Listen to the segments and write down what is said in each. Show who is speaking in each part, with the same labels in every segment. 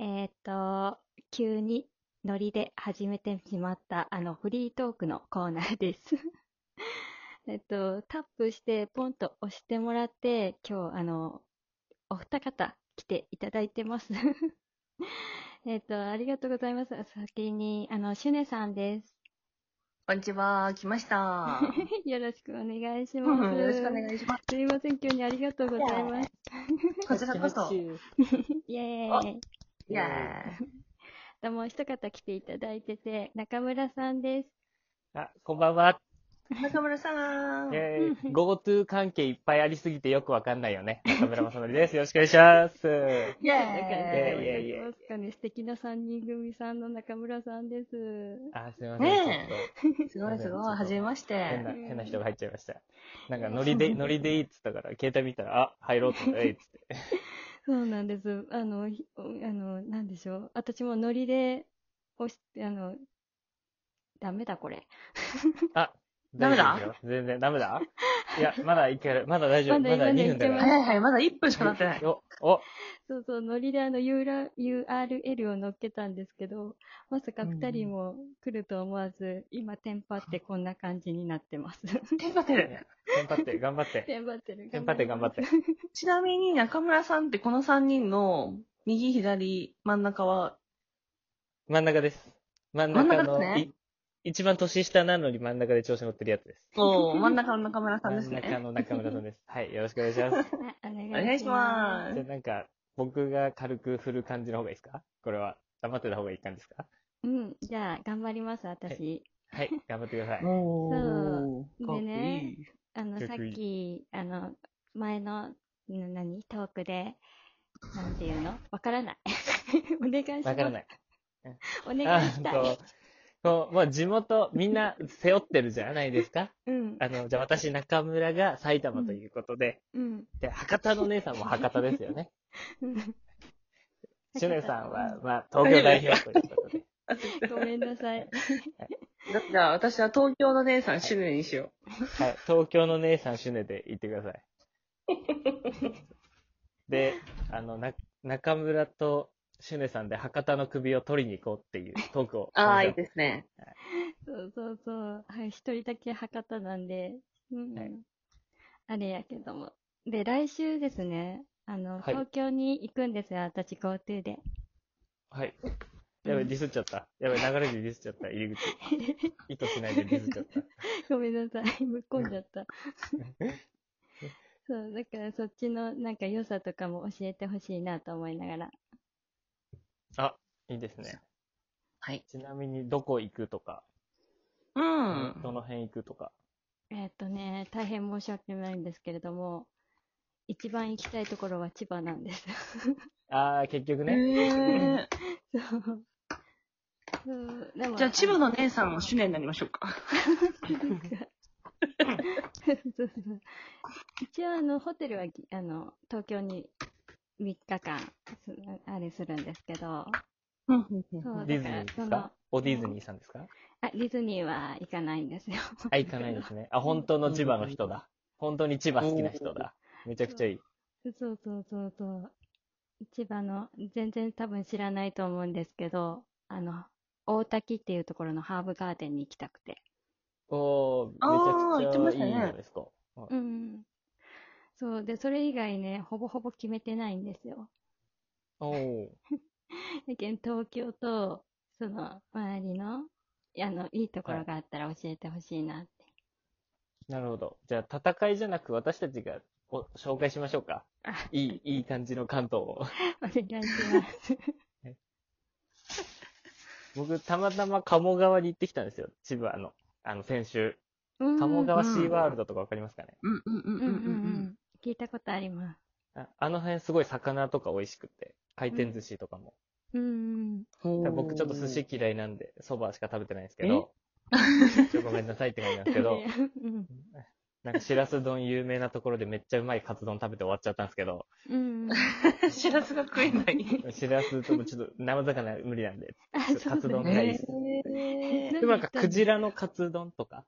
Speaker 1: えーっと、急にノリで始めてしまった、あの、フリートークのコーナーです。 えっと、タップして、ポンと押してもらって、今日、あの、お二方来ていただいてます。 えっと、ありがとうございます。先に、あの、シュネさんです。
Speaker 2: こんにちは、来ました。 よ
Speaker 1: よろしくお願いし
Speaker 2: ろ
Speaker 1: ます。
Speaker 2: しくお願い します
Speaker 1: すいません、急にありがとうございます。。
Speaker 2: こちらこそ。
Speaker 3: 拍
Speaker 2: イ
Speaker 3: 手
Speaker 1: イエ
Speaker 2: あ
Speaker 1: ーイ。
Speaker 2: ェーイ。
Speaker 1: どうも、一方来ていただいてて、中村さんです。
Speaker 3: あ、こんばんは。
Speaker 2: 中村さん。
Speaker 3: えー、GoTo 関係いっぱいありすぎてよくわかんないよ ね。中村正則です。よろしくお願いします。
Speaker 2: イ
Speaker 1: だから
Speaker 3: イェーイ
Speaker 1: どうですかね、素敵な三人組さんの中村さんです。
Speaker 3: あ、すいません。
Speaker 2: ね
Speaker 3: ちょっと
Speaker 2: すごいすごい、はじめまし
Speaker 3: 変
Speaker 2: て
Speaker 3: な、。変な人が入っちゃいました。なんか、ノリで、ノリでいいっつったから、携帯見たら、あ、入ろうと思った、えいっつって。
Speaker 1: そうなんです。あの、ひあの、なんでしょう。私もノリで、押し、あの、ダメだこれ。
Speaker 2: ダメだ
Speaker 3: 大丈夫ですよ全然ダメだいや、まだいける。まだ大丈夫。
Speaker 1: ま
Speaker 3: ま
Speaker 1: だ
Speaker 3: だ2分だか
Speaker 1: ま
Speaker 3: ら
Speaker 1: だ。
Speaker 2: 早い早い、まだ1分しか経ってない。
Speaker 3: お、お、
Speaker 1: そうそう、ノリであの URL URL を載っけたんですけど、まさか2人も来ると思わず、今テンパってこんな感じになって ます。
Speaker 2: テンパってる。
Speaker 3: 頑張って、頑張って。
Speaker 1: テンパってる。
Speaker 3: テンパって、頑張って。。
Speaker 2: ちなみに中村さんってこの3人の右、左、真ん中は、
Speaker 3: 真ん中です。真ん
Speaker 2: 真
Speaker 3: 中
Speaker 2: ん中
Speaker 3: の、
Speaker 2: ですね
Speaker 3: い一番年下なのに真ん中で調子乗ってるやつです。
Speaker 2: お ー真ん中の中村さんで
Speaker 3: 真
Speaker 2: す
Speaker 3: ん中
Speaker 2: ね。
Speaker 3: の中村さんです。はい、よろしくお願いします。
Speaker 1: はいお
Speaker 2: お
Speaker 1: 願
Speaker 2: 願
Speaker 1: い
Speaker 2: い
Speaker 1: し
Speaker 2: し
Speaker 1: ま。
Speaker 2: ま す
Speaker 3: じゃあなんか、僕が軽く振る感じの方がいいですかこれは、黙ってた方がいい感じですか
Speaker 1: うん、じゃあ頑張ります、私。
Speaker 3: はい、頑張ってください
Speaker 2: す。。おー、
Speaker 1: そう
Speaker 2: かっこい
Speaker 1: でね
Speaker 2: い。
Speaker 1: あの、
Speaker 3: 逆
Speaker 1: さっ
Speaker 3: に
Speaker 1: き、あの、前の、な何トークで、なんていうのわからない。 お願いします。
Speaker 3: わからない。
Speaker 1: お願いした
Speaker 3: あ
Speaker 1: い
Speaker 3: と。こう、まあ、地元、みんな背負ってるじゃないですか
Speaker 1: うん。
Speaker 3: あの、じゃあ私、中村が埼玉ということで、
Speaker 1: うん。
Speaker 3: で、博多の姉さんも博多ですよ ね。
Speaker 1: うん
Speaker 3: シュネさんは、まあ、東京代表ということで。
Speaker 1: ごめんなさい。
Speaker 2: だじゃあ私は東京の姉さん、シネにしよ
Speaker 3: はい、東京の姉さんシュネで言ってください。で、あの、な、中村とシュネさんで博多の首を取りに行こうっていうトークを。
Speaker 2: う。ああ、いいですね。
Speaker 1: そうそうそう。はい、一人だけ博多なんで、うん。
Speaker 3: はい
Speaker 1: あれやけども。で、来週ですね、あの、
Speaker 3: はい
Speaker 1: 東京に行くんですよ、私 GoTo で。
Speaker 3: はい。やばい、ディスっちゃった。やばい、流れでディスっちゃった、入り口。意図しないでディスっちゃった。
Speaker 1: ごめんなさい、ぶっこんじゃった。 そう、だからそっちのなんか良さとかも教えてほしいなと思いながら。
Speaker 3: いいですね。
Speaker 2: はい。
Speaker 3: ちなみに、どこ行くとか、
Speaker 2: うん。
Speaker 3: どの辺行くとか。
Speaker 1: えーっとね、大変申し訳ないんですけれども、一番行きたいところは千葉なんです。
Speaker 3: あー、結局ね。
Speaker 2: ね。
Speaker 1: そう。そうでも
Speaker 2: じゃあ、千葉の姉さん も主年になりましょうか。
Speaker 1: そうそうそう 一応あのホテルはぎあの東京に3日間すあれするんですけどそうだか
Speaker 3: ディズニー
Speaker 1: ら
Speaker 3: です
Speaker 1: そ
Speaker 3: か
Speaker 1: の
Speaker 3: おディズニーさんですか
Speaker 1: あディズニーは行かないんですよ。
Speaker 3: あ、行かないですね。あ、本当の千葉の人だ。本当に千葉好きな人だ。めちゃくちゃいい。
Speaker 1: そうそうそうそう。千葉の全然多分知らないと思うんですけどあの大滝っていうところのハーブガーデンに行きたくて。
Speaker 3: おー、めち
Speaker 2: あー言
Speaker 3: ゃ
Speaker 2: って
Speaker 3: くちゃ
Speaker 2: ま
Speaker 3: い
Speaker 2: し
Speaker 3: い
Speaker 2: たね
Speaker 3: じゃないですか。はい
Speaker 1: うん。そうでそれ以外ねほぼほぼ決めてないんですよ。
Speaker 3: おー。
Speaker 1: だけど東京とその周りのあのいいところがあったら教えてほしいなって。
Speaker 3: なるほど。じゃあ、戦いじゃなく私たちがお紹介しましょうか
Speaker 1: あ。
Speaker 3: いい、いい感じの関東を。
Speaker 1: お願いします。
Speaker 3: 僕、たまたま鴨川に行ってきたんですよ。千葉の。あの、先週。
Speaker 1: うん
Speaker 3: 鴨川
Speaker 2: うん
Speaker 3: シーワールドとかわかりますかね、
Speaker 2: うんうんうん
Speaker 1: うんうんうん。聞いたことあります。
Speaker 3: ああの辺すごい魚とか美味しくて。回転寿司とかも。
Speaker 1: うん
Speaker 2: うん
Speaker 3: ただ僕ちょっと寿司嫌いなんで、そばしか食べてないんですけど。 ちょっとごめんなさいって感じなん
Speaker 1: う
Speaker 3: で
Speaker 1: ん。
Speaker 3: す けど。
Speaker 1: うん
Speaker 3: なんか、しらす丼有名なところでめっちゃうまいカツ丼食べて終わっちゃったんですけど、
Speaker 1: うん。
Speaker 2: しらすが食えない。
Speaker 3: しらすともちょっと生魚無理なんで、 ちょっとカツ丼
Speaker 1: ね
Speaker 3: がいいです。
Speaker 2: え
Speaker 1: ー
Speaker 3: でもなんか、クジラのカツ丼とか、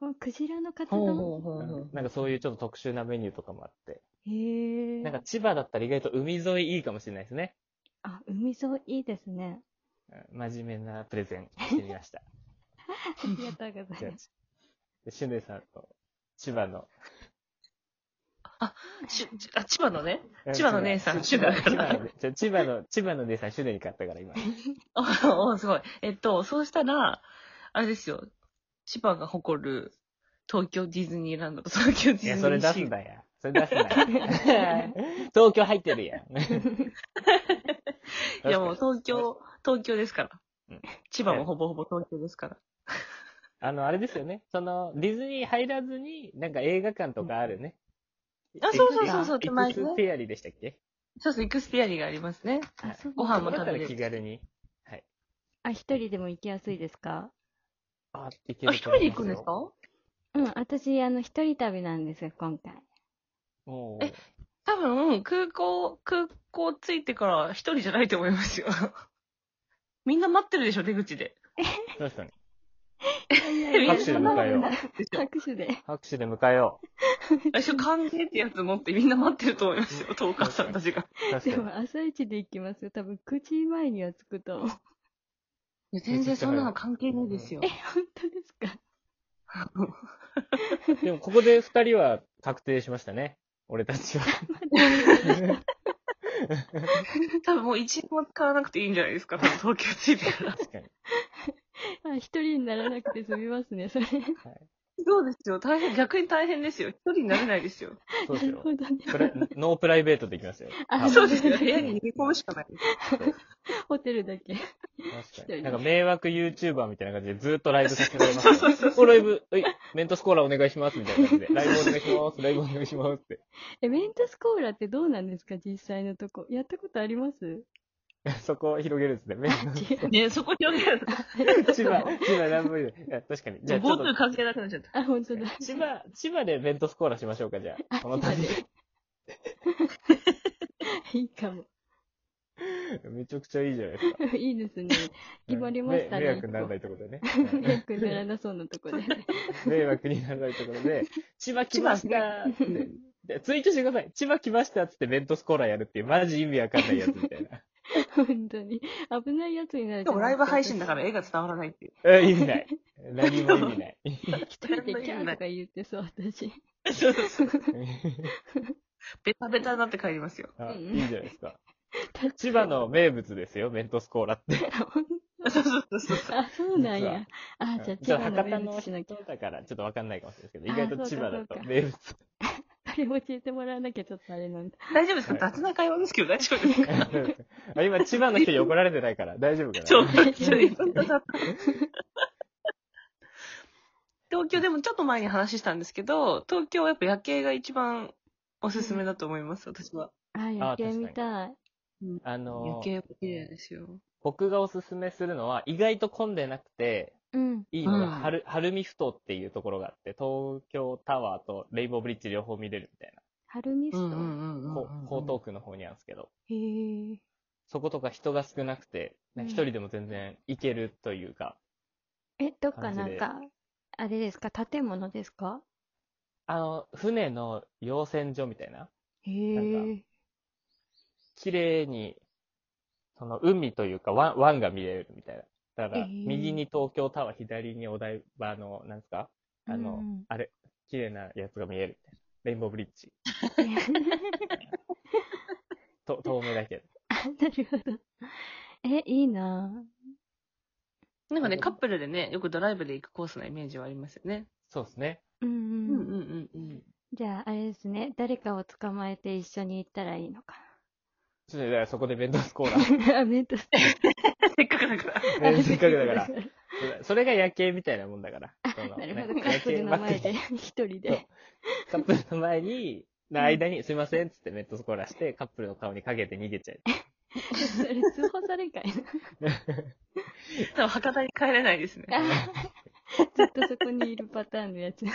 Speaker 1: おクジラの活
Speaker 2: ほう
Speaker 1: 動
Speaker 2: ほうほうほう。
Speaker 3: なんかそういうちょっと特殊なメニューとかもあって、
Speaker 1: へえ。
Speaker 3: なんか千葉だったら意外と海沿いいいかもしれないですね。
Speaker 1: あ、海沿いいいですね。
Speaker 3: 真面目なプレゼンしてみまし
Speaker 1: あ
Speaker 3: た。
Speaker 1: りがとうござ
Speaker 3: じゃ
Speaker 1: い
Speaker 3: あ
Speaker 1: ます。、
Speaker 3: でしゅんでさんと、千葉の、
Speaker 2: しゅあ千葉のね。千葉の姉さんシュガー
Speaker 3: 千葉のねじゃあ千葉の、千葉の姉さん、シュネに買ったから今。
Speaker 2: あおすごい。えっと、そうしたら、あれですよ。千葉が誇る東京ディズニーランドと東京ディズ
Speaker 3: い
Speaker 2: ニー
Speaker 3: や、
Speaker 2: シー
Speaker 3: それ出すんだや。それ出すんだ や。東京入って るやん。
Speaker 2: いやもう東京、東京ですから。
Speaker 3: うん
Speaker 2: 千葉もほぼほぼ東京ですから。
Speaker 3: あの、あれですよね。その、ディズニー入らずに、なんか映画館とかあるね。
Speaker 2: あ、そうそうそうそう、
Speaker 3: い
Speaker 2: 手
Speaker 3: く
Speaker 2: 前
Speaker 3: つ
Speaker 2: ね。
Speaker 3: ペアリでしたっけ
Speaker 2: そうそう、イクスピアリがありますね。
Speaker 1: あそう
Speaker 2: ご飯も
Speaker 3: だ
Speaker 2: 食
Speaker 3: った
Speaker 2: べれ
Speaker 3: ら
Speaker 2: る
Speaker 3: 気軽に。はい。
Speaker 1: あ、一人でも行きやすいですか
Speaker 3: あ、行け
Speaker 2: あ、
Speaker 3: る
Speaker 2: 一人
Speaker 3: と思
Speaker 2: で
Speaker 3: い
Speaker 2: 行く
Speaker 3: ま
Speaker 2: んですか
Speaker 1: うん、私、あの、一人旅なんですよ、今回。
Speaker 3: も
Speaker 2: え多分、空港、空港着いてから一人じゃないと思いますよ。 みんな待ってるでしょ、出口で。
Speaker 3: う、そうですよね。
Speaker 2: みんな
Speaker 3: 拍手で迎えよう。
Speaker 1: 拍手で。
Speaker 3: 拍手で迎えよ
Speaker 2: 私、歓迎ってやつ持ってみんな待ってると思いますよ、トーカーさんたちが。
Speaker 3: う。確
Speaker 1: で
Speaker 3: かに。
Speaker 1: も、朝一で行きますよ。多分、9時前には着く と思う。
Speaker 2: 全然そんなの関係ないですよ。
Speaker 1: 本当ですか
Speaker 3: でも、ここで二人は確定しましたね。俺たちは。
Speaker 2: 多分もう一円も使わなくていいんじゃないですか、多分東京着いてから。
Speaker 3: 確かに。
Speaker 1: あ、一人にならなくて済みますね、それ。
Speaker 2: そうですよ、大変、逆に大変ですよ。一人になれないですよ。
Speaker 3: そうで
Speaker 1: な
Speaker 3: す
Speaker 1: る
Speaker 3: よ。
Speaker 1: ほどね。
Speaker 3: プラノープライベートで行きますよ。
Speaker 1: あ
Speaker 2: そうですよ、部屋に逃げ込むしかない。
Speaker 1: ホテルだけ。
Speaker 3: 確
Speaker 1: 一
Speaker 3: か
Speaker 1: 人
Speaker 3: に。なんか迷惑 YouTuber みたいな感じでずーっとライブさせてもらいま
Speaker 2: そう
Speaker 3: す。
Speaker 2: そうそう
Speaker 3: ここライブ、はい、メントスコーラお願いしますみたいな感じで。ライブお願いします、ライブお願いしますって。
Speaker 1: え、メントスコーラってどうなんですか、実際のとこ。やったことあります
Speaker 3: そこを広げるんですね。メント
Speaker 1: 違う。
Speaker 2: ねそこ広げると、
Speaker 3: 千葉、千葉何もいいや確かに。じゃあちょっ
Speaker 2: GoTo
Speaker 3: と、
Speaker 2: 関係なくなっちゃった。
Speaker 1: あ、本当だ。
Speaker 3: 千葉、千葉でメントスコーラしましょうか、じゃあ。この旅。
Speaker 1: いいかも。
Speaker 3: めちゃくちゃいいじゃないです か。
Speaker 1: いいですね。決まりましたね。
Speaker 3: 迷惑にならないところでね。
Speaker 1: 迷惑にならなそうなとこ で。
Speaker 3: 迷惑にならないところで、 千葉来ましたーって。でツイートしてください。千葉来ましたっつってメントスコーラやるっていう、マジ意味わかんないやつみたいな。
Speaker 1: 本当に。危ないやつになる
Speaker 2: でもライブ配信だから絵が伝わらないっていう。
Speaker 3: え、意味ない。何も意 味ない。
Speaker 1: 一人でキャーとか言ってそう、 私。
Speaker 2: ベタベタになって帰りますよ。
Speaker 3: あ
Speaker 1: う
Speaker 3: い
Speaker 1: ん
Speaker 3: いんじゃないですか。千葉の名物ですよ、メントスコーラって。
Speaker 2: そうそうそうそう。
Speaker 1: あ、そうなんや。あ、じゃあ
Speaker 3: ち
Speaker 1: 千
Speaker 3: ょっと
Speaker 1: 葉の
Speaker 3: 博多
Speaker 1: 名
Speaker 3: の
Speaker 1: 物し
Speaker 3: 人
Speaker 1: なきゃ。
Speaker 3: だから、ちょっとわかんないかもしれないですけど、
Speaker 1: あー
Speaker 3: 意外と千葉だ
Speaker 1: そうかそう
Speaker 3: と
Speaker 1: か
Speaker 3: 名物。
Speaker 1: あれ教えてもらわなきゃちょっとあれなんだ。
Speaker 2: 大丈夫ですか雑な会話ですけど大丈夫ですか
Speaker 3: あ今、千葉の人に怒られてないから、大丈夫かな。
Speaker 2: ちょ、ちょ、いろんな雑な東京でもちょっと前に話したんですけど、東京はやっぱ夜景が一番おすすめだと思います、私は。
Speaker 1: あ、夜景みたい。
Speaker 3: あの
Speaker 2: 夜、景綺麗ですよ。
Speaker 3: 僕がおすすめするのは、意外と混んでなくて、
Speaker 1: うん。
Speaker 3: いいのが、
Speaker 2: うん
Speaker 3: はる、はるみふ頭っていうところがあって、東京タワーとレインボーブリッジ両方見れるみたい
Speaker 1: 春ミスト。
Speaker 2: う
Speaker 3: な、こう江
Speaker 2: 東
Speaker 3: 東区の方にあるんですけど、
Speaker 1: へえ。
Speaker 3: そことか人が少なくて、
Speaker 1: うん
Speaker 3: 一人でも全然行けるというか、
Speaker 1: え、どっかな
Speaker 3: 感
Speaker 1: ん
Speaker 3: じで
Speaker 1: か、あれですか、建物ですか
Speaker 3: あの、船の養船所みたいな、
Speaker 1: へ
Speaker 3: なん
Speaker 1: え。
Speaker 3: 綺麗に、その海というか湾、湾が見れるみたいな。だか
Speaker 1: へ
Speaker 3: ら、
Speaker 1: ー
Speaker 3: 右に東京タワー、左にお台場の、なんですかあの、
Speaker 1: うん
Speaker 3: あれ、綺麗なやつが見えるみたいな。レインボーブリッジ。と、遠目だけど。
Speaker 1: あなるほど。え、いいなぁ。
Speaker 2: なんかね、カップルでね、よくドライブで行くコースなイメージはありますよね。
Speaker 3: そうですね。
Speaker 1: うん
Speaker 2: うん
Speaker 1: うん。
Speaker 2: うんうんうん。
Speaker 1: じゃあ、あれですね。誰かを捕まえて一緒に行ったらいいのか
Speaker 3: ちょっと、だからそこで弁当スコーラ。
Speaker 1: な。あ、メントス
Speaker 2: せっかくだか ら。
Speaker 3: ねせっかくだから。それが夜景みたいなもんだから。その
Speaker 1: なるほど。
Speaker 3: ね
Speaker 1: カップルの前で
Speaker 3: 夜景祭り、
Speaker 1: 一人で。
Speaker 3: カップルの前に、な間に、すいませんっつってメントスコーラして、カップルの顔にかけて逃げちゃう。
Speaker 1: それ通報されんかい
Speaker 2: 多分博多に帰れないですね。
Speaker 1: な。ずっとそこにいるパターンのやつ。
Speaker 2: そ う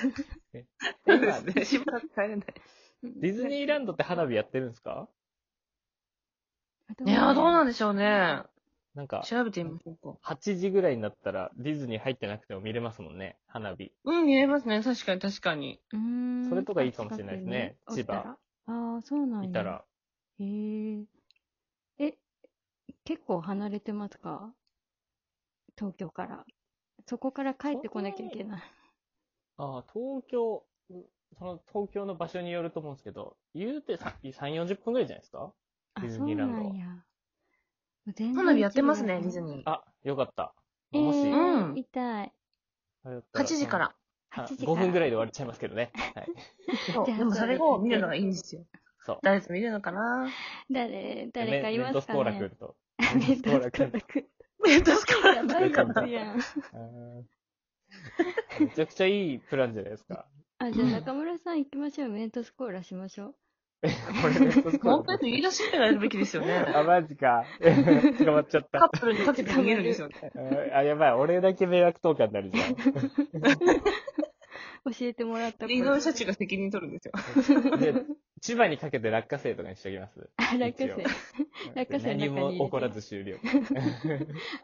Speaker 2: ですね。 しばらく帰れない。
Speaker 3: ディズニーランドって花火やってるんですか
Speaker 1: ド
Speaker 2: いやー、どうなんでしょうね。
Speaker 3: なんか、
Speaker 2: 調べてみましょうか。
Speaker 3: 8時ぐらいになったら、ディズニー入ってなくても見れますもんね、花火。
Speaker 2: うん、見えますね。確かに確かに。
Speaker 1: うーん
Speaker 3: それとかいいかもしれないですね
Speaker 1: 近くに
Speaker 3: 千葉
Speaker 1: おったらああ、そうなんや
Speaker 3: いたら。
Speaker 1: へえ。え、結構離れてますか東京から。そこから帰ってこなきゃいけない。
Speaker 3: ああ、東京、んその東京の場所によると思うんですけど、言うてさ3、40分ぐらいじゃないですか
Speaker 1: あ、
Speaker 3: ディズ
Speaker 1: そう
Speaker 3: ニー
Speaker 1: な
Speaker 3: ランド
Speaker 1: んや。全然
Speaker 2: 花火やってますね、
Speaker 1: 違う
Speaker 2: ディズニー。
Speaker 3: あ、よかった。
Speaker 1: え
Speaker 3: もし、
Speaker 1: ー、
Speaker 2: うん
Speaker 1: 行きたい。
Speaker 3: あれだった
Speaker 2: 8時か。ら。
Speaker 3: あ
Speaker 1: 8時から。
Speaker 3: 5分ぐらいで終わっちゃいますけ どね。はい。
Speaker 2: そう
Speaker 1: じゃあ
Speaker 2: でもそれを見るのがいいんですよ。
Speaker 3: そう。
Speaker 2: 誰と見るのかな
Speaker 1: 誰、誰かいますか
Speaker 3: メ
Speaker 1: ね
Speaker 3: メントス コーラ君と。
Speaker 1: ネットスコーラ君。
Speaker 2: メントスコラ
Speaker 3: 誰かな
Speaker 1: 熱いやん
Speaker 3: うんめちゃくちゃいいプランじゃないで すか。
Speaker 1: あ、じゃあ中村さん行きましょう。メントスコーラしましょう。
Speaker 3: これメントスコーラ
Speaker 2: 本当に逃げ出してからやるべきですよね。
Speaker 3: あ、マ ジか。 捕まっちゃっ
Speaker 2: カ
Speaker 3: た。
Speaker 2: ップルにかけて逃げるんですよね。
Speaker 3: うんあ、やばい。俺だけ迷惑投下になるじゃん。
Speaker 1: 教えてもらった
Speaker 2: リードル社長が責任取るんですよ。
Speaker 3: で千葉にかけて落花生とかにしときます。
Speaker 1: あ、落花
Speaker 3: 一
Speaker 1: 生。落花生の中に入れ
Speaker 3: 何
Speaker 1: て
Speaker 3: も起こらず終了。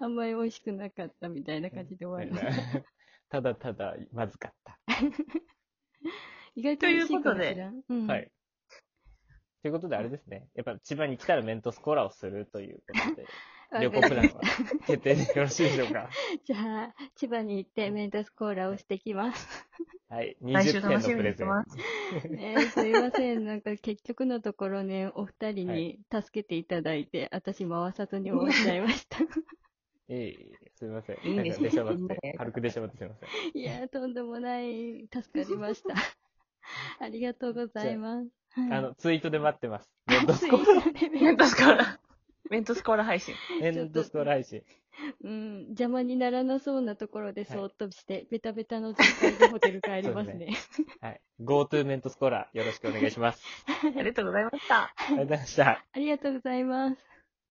Speaker 1: あんまり美味しくなかったみたいな感じで終わります。
Speaker 3: ただただ、まずかった。
Speaker 1: 意外と美味しいかもしれん。うん
Speaker 3: はい。。ということで、あれですね。やっぱ千葉に来たらメントスコーラをするということで、
Speaker 1: わかり
Speaker 3: 旅
Speaker 1: ました
Speaker 3: 行プランは決定でよろしいでしょうか。
Speaker 1: じゃあ、千葉に行ってメンタスコーラをしてきます。
Speaker 3: はい。
Speaker 2: 来週
Speaker 3: 20点
Speaker 2: 楽
Speaker 3: の
Speaker 2: しみ
Speaker 3: プレ
Speaker 2: にし
Speaker 3: ゼ
Speaker 2: て
Speaker 3: ン
Speaker 2: ます。
Speaker 1: ねえ、すいません。なんか結局のところね、お二人
Speaker 3: は
Speaker 1: に助けていただいて、私回さずに終わっちゃいま した。
Speaker 3: ト。いえいえ、すみません。
Speaker 2: いいんです
Speaker 3: なんか出しゃばっ
Speaker 2: みんなで
Speaker 3: て、軽く出しゃばってすみません。
Speaker 1: いや、とんでもない。助かりま した。ありがとうございます。
Speaker 3: あの、ツイートで待ってます。メン
Speaker 1: は
Speaker 3: ド
Speaker 1: い、
Speaker 3: ス
Speaker 1: ツイ
Speaker 3: コ
Speaker 1: ッ
Speaker 3: ーラ。
Speaker 1: ターで
Speaker 2: メ
Speaker 1: メン
Speaker 2: ン
Speaker 1: タ
Speaker 2: トスコーラ。メントスコーラ配信。
Speaker 3: メンドスコーラ配信。
Speaker 1: うん、邪魔にならなそうなところで
Speaker 3: はい
Speaker 1: そーっとして、ベタベタの状態でホテル帰りますね。
Speaker 3: はい。GoTo メントスコーラ、よろしくお願いします。
Speaker 2: ありがとうございました。
Speaker 3: ありがとうございました。
Speaker 1: ありがとうございます。